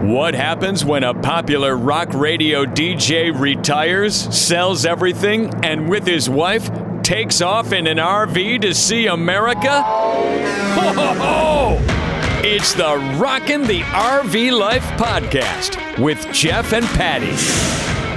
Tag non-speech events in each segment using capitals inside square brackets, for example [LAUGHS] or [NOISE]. What happens when a popular rock radio DJ retires, sells everything, and with his wife takes off in an RV to see America? Ho, ho, ho! It's the Rockin' the RV Life podcast with Jeff and Patty.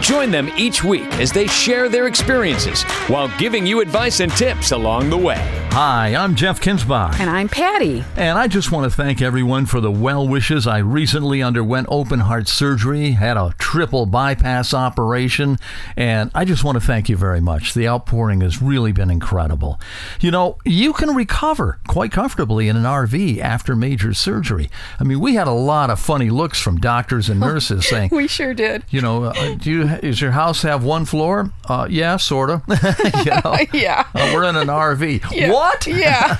Join them each week as they share their experiences while giving you advice and tips along the way. Hi, I'm Jeff Kinsbaugh. And I'm Patty. And I just want to thank everyone for the well wishes. I recently underwent open heart surgery, had a triple bypass operation, and I just want to thank you very much. The outpouring has really been incredible. You know, you can recover quite comfortably in an RV after major surgery. I mean, we had a lot of funny looks from doctors [LAUGHS] and nurses saying, We sure did. you know, uh, do you, does your house have one floor? Uh, yeah, sort of. [LAUGHS] you know, [LAUGHS] [LAUGHS] Yeah. uh, we're in an RV. [LAUGHS] What? Yeah.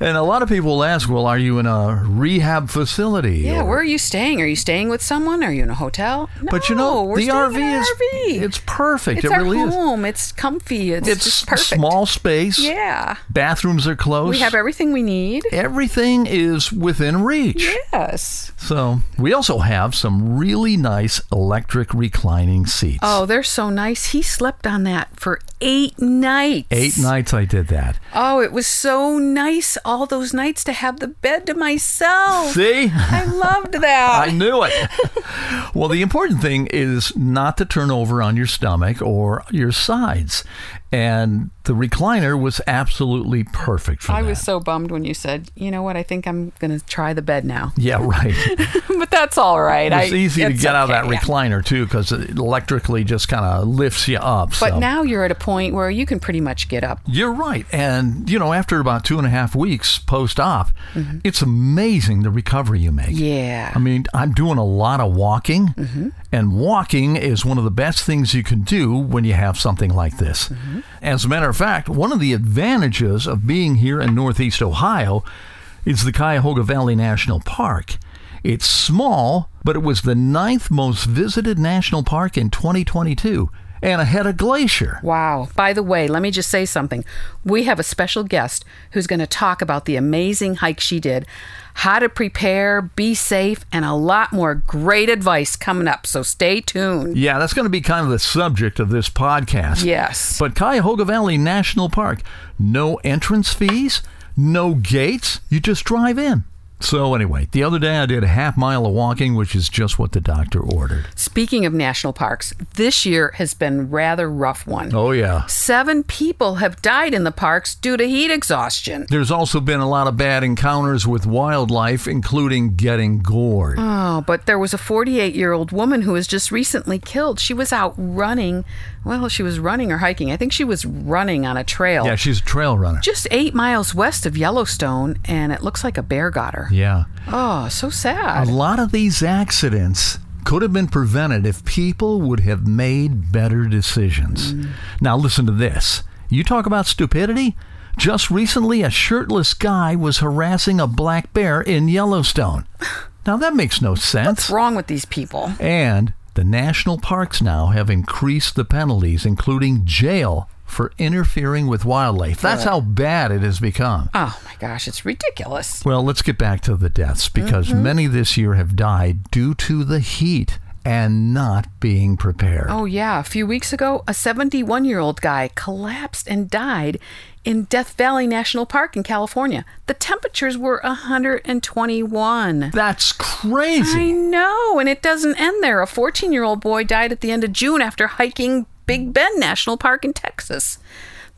And a lot of people will ask, well, are you in a rehab facility? [LAUGHS] yeah. Or- Where are you staying? Are you staying with someone? Are you in a hotel? But you know, No, we're the staying RV in an is RV. it's perfect. It's it our really is. home. It's comfy. It's, It's just perfect. small space. Yeah. Bathrooms are close. We have everything we need. Everything is within reach. Yes. So, we also have some really nice electric reclining seats. Oh, they're so nice. He slept on that for eight nights. Eight nights I did that. Oh, it was so nice all those nights to have the bed [LAUGHS] to myself. See? I loved that. I knew [LAUGHS] it. well, the important thing is not to turn over on your stomach or your sides. And the recliner was absolutely perfect for I that. was so bummed when you said, you know what, I think I'm going to try the bed now. [LAUGHS] yeah, right. but that's all right. It's I- easy to it's get out of okay, that yeah. recliner too, because it electrically just kind of lifts you up. But so. now you're at a point where you can pretty much get up. You're right. And, you know, after about two and a half weeks post op, it's amazing the recovery you make. Mm-hmm. Yeah. Mm-hmm. I mean, I'm doing a lot of walking, and walking is one of the best things you can do when you have something like this. Mm-hmm. As a matter of fact, one of the advantages of being here in Northeast Ohio is the Cuyahoga Valley National Park. It's small, but it was the ninth most visited national park in 2022 and ahead of Glacier. Wow. By the way, let me just say something. We have a special guest who's going to talk about the amazing hike she did, how to prepare, be safe, and a lot more great advice coming up. So stay tuned. Yeah, that's going to be kind of the subject of this podcast. Yes. But Cuyahoga Valley National Park, no entrance fees, no gates. You just drive in. So, anyway, the other day I did a half mile of walking, which is just what the doctor ordered. Speaking of national parks, this year has been rather rough one. Oh, yeah. Seven people have died in the parks due to heat exhaustion. There's also been a lot of bad encounters with wildlife, including getting gored. Oh, but there was a 48 year old woman who was just recently killed. She was out running. Well, she was running or hiking. I think she was running on a trail. yeah, she's a trail runner. just eight miles west of Yellowstone, and it looks like a bear got her. yeah. Oh, so A sad. lot of these accidents could have been prevented if people would have made better decisions. Mm. Now, listen to this. You talk about stupidity? Just recently, a shirtless guy was harassing a black bear in [LAUGHS] Yellowstone. Now, that makes no What's sense. wrong with these people? And the national parks now have increased the penalties, including jail, for interfering with wildlife. That's how bad it has become. Oh my gosh, it's ridiculous. Mm-hmm. Well, let's get back to the deaths because many this year have died due to the heat and not being prepared. Oh, yeah. A few weeks ago, a 71 year old guy collapsed and died in Death Valley National Park in California. The temperatures were 121. That's crazy. I know, and it doesn't end there. A 14 year old boy died at the end of June after hiking Big Bend National Park in Texas.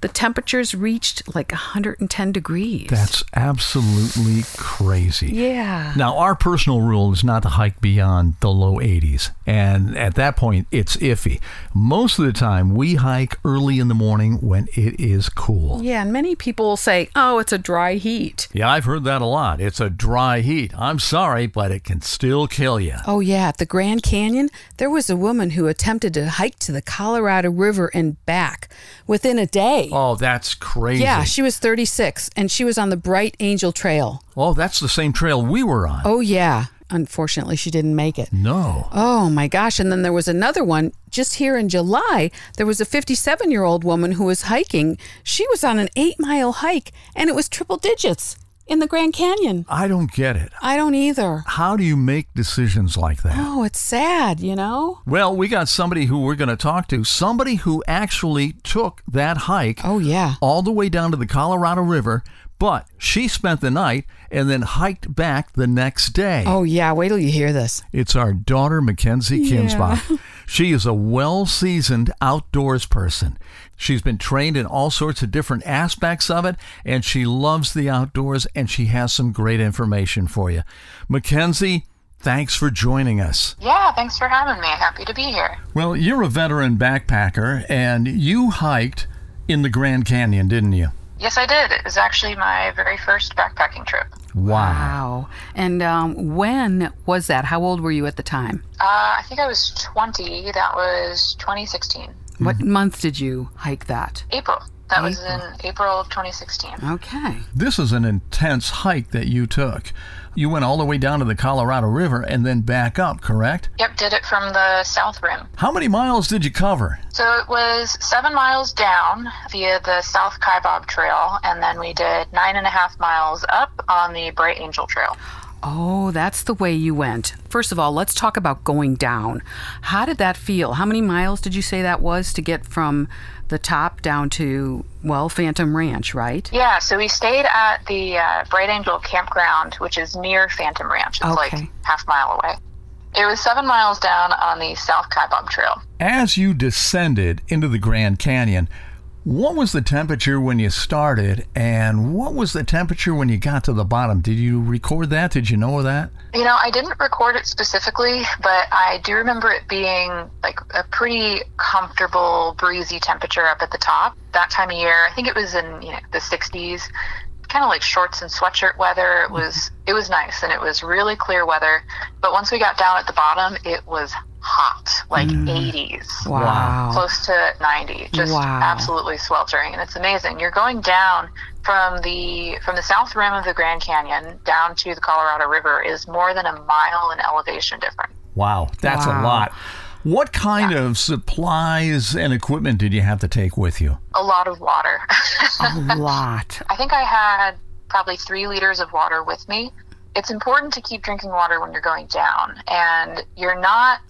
The temperatures reached like 110 degrees. That's absolutely crazy. yeah. Now, our personal rule is not to hike beyond the low 80s, and at that point, it's iffy. Most of the time, we hike early in the morning when it is cool. Yeah, and many people say, oh, it's a dry heat. Yeah, I've heard that a lot. It's a dry heat. I'm sorry, but it can still kill you. Oh, yeah. At the Grand Canyon, there was a woman who attempted to hike to the Colorado River and back within a day. Oh, that's crazy. Yeah, she was 36 and she was on the Bright Angel Trail. oh, that's the same trail we were on. Oh, yeah. Unfortunately, she didn't make it. No. Oh my gosh. And then there was another one just here in July. There was a 57 year old woman who was hiking. She was on an eight mile hike and it was triple digits in the Grand Canyon. I don't get it. I don't either. How do you make decisions like that? Oh, it's sad, you know? Well, we got somebody who we're going to talk to, somebody who actually took that hike Oh, yeah. all the way down to the Colorado River, but she spent the night and then hiked back the next day. Oh, yeah. Wait till you hear this. It's our daughter, Mackenzie Kinsbach. She is a well seasoned outdoors person. She's been trained in all sorts of different aspects of it, and she loves the outdoors, and she has some great information for you. Mackenzie, thanks for joining us. Yeah, thanks for having me. Happy to be here. Well, you're a veteran backpacker and you hiked in the Grand Canyon, didn't you? Yes, I did. It was actually my very first backpacking trip. Wow. Wow. And um, when was that? How old were you at the time? Uh, I think I was 20. That was 2016. What month did you hike that? April. That was in April of 2016. Ah. Okay. This is an intense hike that you took. You went all the way down to the Colorado River and then back up, correct? Yep, did it from the South Rim. How many miles did you cover? So it was seven miles down via the South Kaibab Trail, and then we did nine and a half miles up on the Bright Angel Trail. Oh, that's the way you went. First of all, let's talk about going down. How did that feel? How many miles did you say that was to get from the top down to, well, Phantom Ranch, right? Yeah, so we stayed at the uh, Bright Angel Campground, which is near Phantom Ranch. It's Okay. like half mile away. It was seven miles down on the South Kaibab Trail. As you descended into the Grand Canyon, what was the temperature when you started and what was the temperature when you got to the bottom? Did you record that? Did you know that? You know, I didn't record it specifically, but I do remember it being like a pretty comfortable, breezy temperature up at the top that time of year. I think it was in you know the 60s, kind of like shorts and sweatshirt weather. It was it was nice and it was really clear weather. But once we got down at the bottom, it was hot, like 80s. Mm. Wow. close to 90 just Wow. absolutely sweltering and it's amazing you're going down from the from the south rim of the grand canyon down to the colorado river is more than a mile in elevation difference Wow, that's a Wow. lot. What kind of supplies and equipment did you have to take with you? a lot of water [LAUGHS] A lot. i think i had probably three liters of water with me it's important to keep drinking water when you're going down and you're not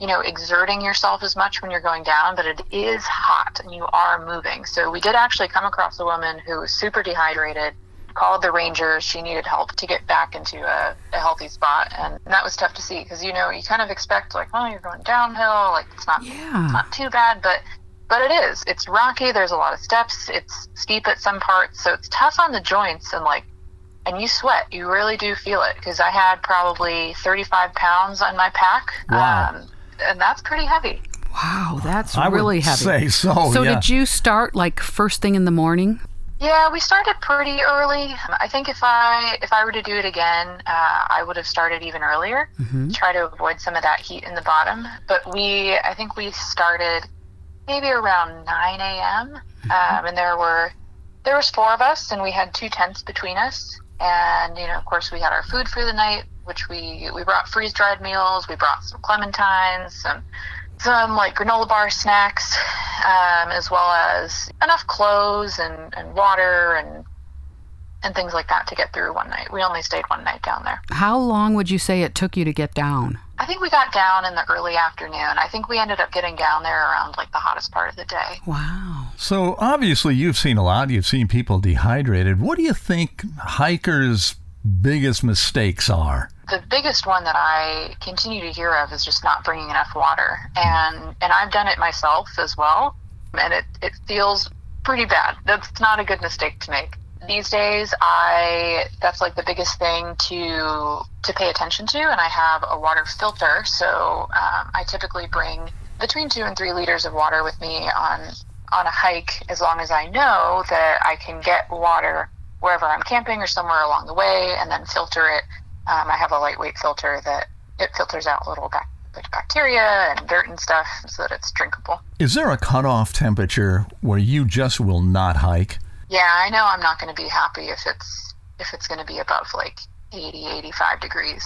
you know exerting yourself as much when you're going down but it is hot and you are moving so we did actually come across a woman who was super dehydrated called the ranger she needed help to get back into a, a healthy spot and that was tough to see because you know you kind of expect like oh you're going downhill like it's not it's not too bad but but it is it's rocky there's a lot of steps it's steep at some parts so it's tough on the joints and like and you sweat. You really do feel it because I had probably 35 pounds on my pack. Wow. Um, and that's pretty heavy. Wow, that's I would really heavy. say so, So yeah. did you start like first thing in the morning? Yeah, we started pretty early. I think if I if I were to do it again, uh, I would have started even earlier. Try to avoid some of that heat in the bottom. But we, I think we started maybe around 9 a.m. Um, and there were there was four of us, and we had two tents between us. And you know, of course, we had our food for the night, which we we brought freeze dried meals. We brought some clementines, some some like granola bar snacks, um, as well as enough clothes and, and water and and things like that to get through one night. We only stayed one night down there. How long would you say it took you to get down? I think we got down in the early afternoon. I think we ended up getting down there around like the hottest part of the day. Wow. So obviously, you've seen a lot. You've seen people dehydrated. What do you think hikers' biggest mistakes are? the biggest one that I continue to hear of is just not bringing enough water, and and I've done it myself as well, and it it feels pretty bad. That's not a good mistake to make. These days, I that's like the biggest thing to to pay attention to, and I have a water filter, so um, I typically bring between two and three liters of water with me on on a hike, as long as I know that I can get water wherever I'm camping or somewhere along the way, and then filter it um, I have a lightweight filter that it filters out little bac- like bacteria and dirt and stuff so that it's drinkable. Is there a cutoff temperature where you just will not hike? Yeah, I know I'm not going to be happy if it's if it's going to be above like 80, 85 degrees.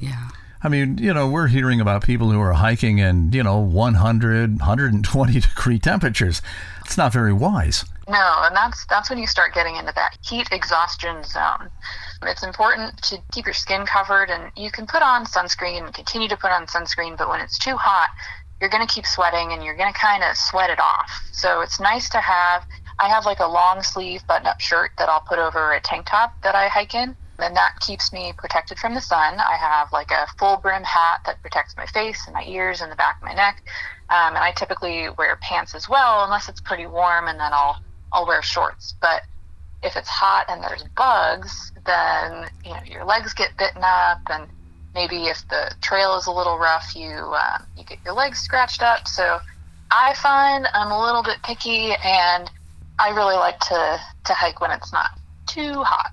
Yeah. I mean, you know, we're hearing about people who are hiking in, you know, 100, 120 [LAUGHS] degree temperatures. It's not very wise. No, and that's that's when you start getting into that heat exhaustion zone. It's important to keep your skin covered, and you can put on sunscreen and continue to put on sunscreen. But when it's too hot, you're going to keep sweating, and you're going to kind of sweat it off. So it's nice to have. I have like a long sleeve button up shirt that I'll put over a tank top that I hike in, and that keeps me protected from the sun. I have like a full brim hat that protects my face and my ears and the back of my neck. Um, and I typically wear pants as well, unless it's pretty warm, and then I'll I'll wear shorts. But if it's hot and there's bugs, then you know your legs get bitten up, and maybe if the trail is a little rough, you uh, you get your legs scratched up. So I find I'm a little bit picky, and I really like to to hike when it's not too hot.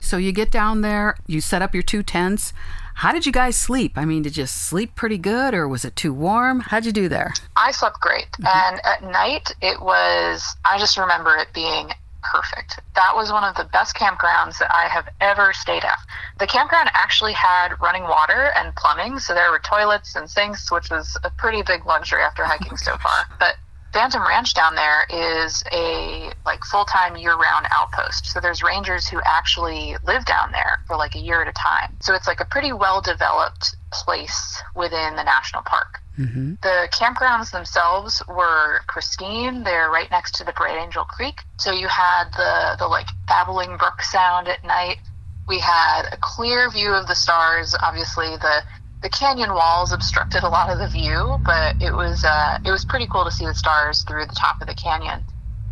So you get down there, you set up your two tents. How did you guys sleep? I mean, did you sleep pretty good or was it too warm? How'd you do there? I slept great. And at night, it was, I just remember it being perfect. That was one of the best campgrounds that I have ever stayed at. The campground actually had running water and plumbing, so there were toilets and sinks, which was a pretty big luxury after hiking so far. But Phantom Ranch down there is a like full-time year-round outpost. So there's rangers who actually live down there for like a year at a time. So it's like a pretty well-developed place within the national park. The campgrounds themselves were pristine. They're right next to the Bright Angel Creek. So you had the, the like babbling brook sound at night. We had a clear view of the stars. Obviously the the canyon walls obstructed a lot of the view, but it was uh, it was pretty cool to see the stars through the top of the canyon.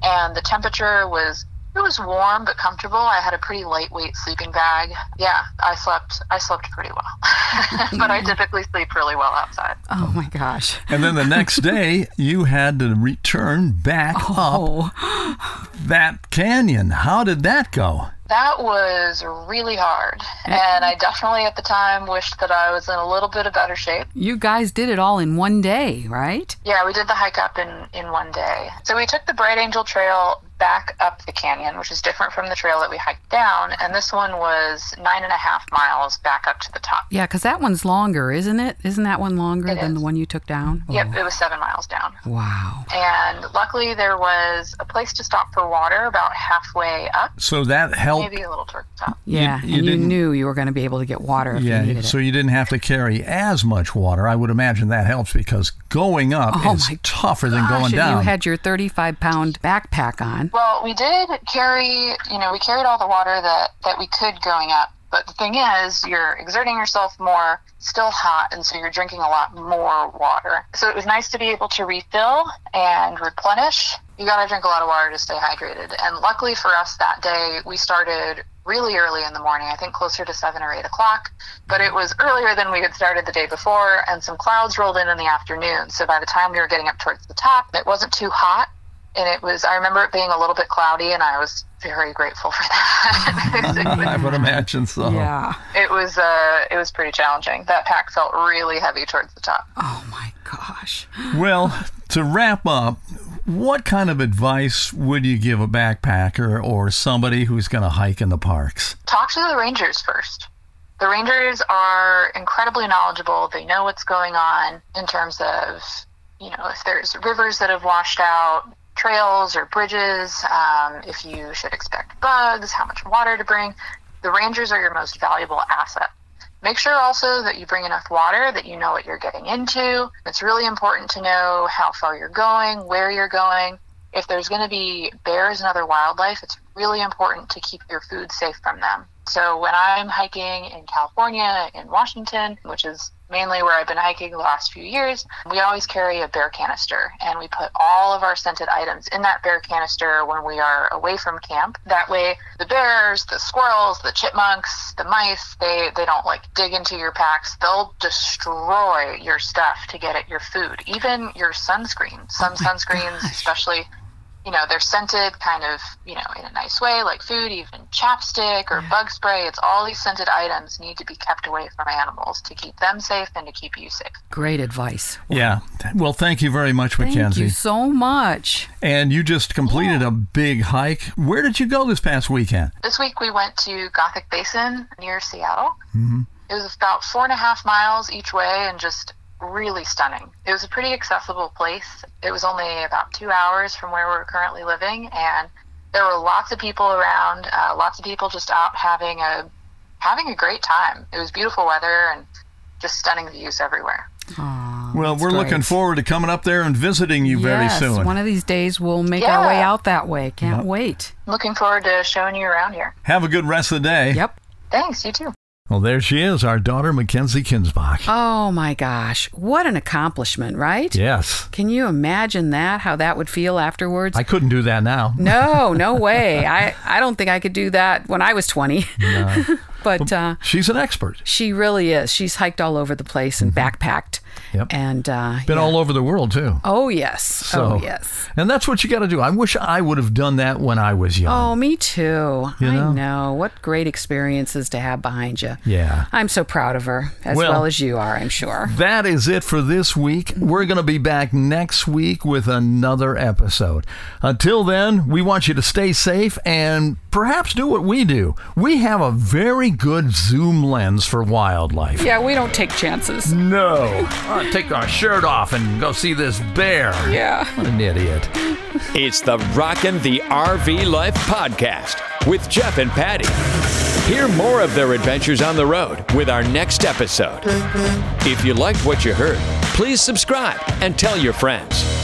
And the temperature was it was warm but comfortable. I had a pretty lightweight sleeping bag. Yeah, I slept I slept pretty well. [LAUGHS] but I typically sleep really well outside. Oh my gosh. And then the [LAUGHS] next day, you had to return back Oh. up that canyon. How did that go? That was really hard. And I definitely at the time wished that I was in a little bit of better shape. You guys did it all in one day, right? Yeah, we did the hike up in, in one day. So we took the Bright Angel Trail back up the canyon, which is different from the trail that we hiked down. And this one was nine and a half miles back up to the top. Yeah, because that one's longer, isn't it? Isn't that one longer It than is. the one you took down? Yep, it was seven miles down. Oh, Wow. And luckily, there was a place to stop for water about halfway up, So that helped. maybe a little toward the top. Yeah, you and you didn't- knew you were going to be able to get water if you Yeah, needed so it. you didn't have to carry as much water. I would imagine that helps because going up Oh is my tougher than Gosh, going and down. You had your 35 pound backpack on. Well, we did carry, you know, we carried all the water that, that we could going up. But the thing is, you're exerting yourself more, still hot, and so you're drinking a lot more water. So it was nice to be able to refill and replenish. You got to drink a lot of water to stay hydrated. And luckily for us that day, we started really early in the morning, I think closer to 7 or 8 o'clock. But it was earlier than we had started the day before, and some clouds rolled in in the afternoon. So by the time we were getting up towards the top, it wasn't too hot and it was I remember it being a little bit cloudy, and I was very grateful for [LAUGHS] [LAUGHS] I that. would imagine so. Yeah. it was uh, it was pretty challenging. That pack felt really heavy towards the top. Oh my gosh. Well, to wrap up, what kind of advice would you give a backpacker or somebody who's going to hike in the parks? talk to the rangers first. The rangers are incredibly knowledgeable. They know what's going on in terms of, you know, if there's rivers that have washed out, trails or bridges, um, if you should expect bugs, how much water to bring. The rangers are your most valuable asset. Make sure also that you bring enough water, that you know what you're getting into. It's really important to know how far you're going, where you're going. If there's going to be bears and other wildlife, it's really important to keep your food safe from them. So when I'm hiking in California, in Washington, which is mainly where I've been hiking the last few years, we always carry a bear canister and we put all of our scented items in that bear canister when we are away from camp. That way the bears, the squirrels, the chipmunks, the mice, they, they don't like dig into your packs. They'll destroy your stuff to get at your food, even your sunscreen. Some sunscreens, especially you know, they're scented kind of, you know, in a nice way, like food, even chapstick or bug spray. It's all these scented items need to be kept away from animals to keep them safe and to keep you safe. Great advice. Yeah. Well, thank you very much, Thank Mackenzie. you so much. And you just completed a big hike. Where did you go this past weekend? This week we went to Gothic Basin near Seattle. It was about four and a half miles each way and just really stunning. It was a pretty accessible place. It was only about two hours from where we're currently living, and there were lots of people around, uh, lots of people just out having a having a great time. It was beautiful weather and just stunning views everywhere. well, we're looking Oh, great. forward to coming up there and visiting you yes, very soon. One of these days we'll make our way Yeah. out that way. Can't wait. Looking forward to showing you around here. Have a good rest of the day. Yep. Thanks, you too. Well, there she is, our daughter, Mackenzie Kinsbach. Oh my gosh. What an accomplishment, right? yes. Can you imagine that? How that would feel afterwards? I couldn't do that now. [LAUGHS] no, no way. I, I don't think I could do that when I [LAUGHS] was 20. [LAUGHS] but uh, She's an expert. she really is. She's hiked all over the place and backpacked. Mm-hmm. Yep. And uh, Been yeah. all over the world, too. Oh, yes. So, oh, yes. And that's what you got to do. I wish I would have done that when I was young. Oh, me too. You know? I know. What great experiences to have behind you. Yeah. I'm so proud of her, as Well- well, as you are, I'm sure. That is it for this week. We're going to be back next week with another episode. Until then, we want you to stay safe and perhaps do what we do. We have a very good zoom lens for wildlife. Yeah, we don't take chances. No. I'll take our shirt off and go see this bear. Yeah. What an idiot. It's the Rockin' the RV Life podcast with Jeff and Patty. Hear more of their adventures on the road with our next episode. If you liked what you heard, please subscribe and tell your friends.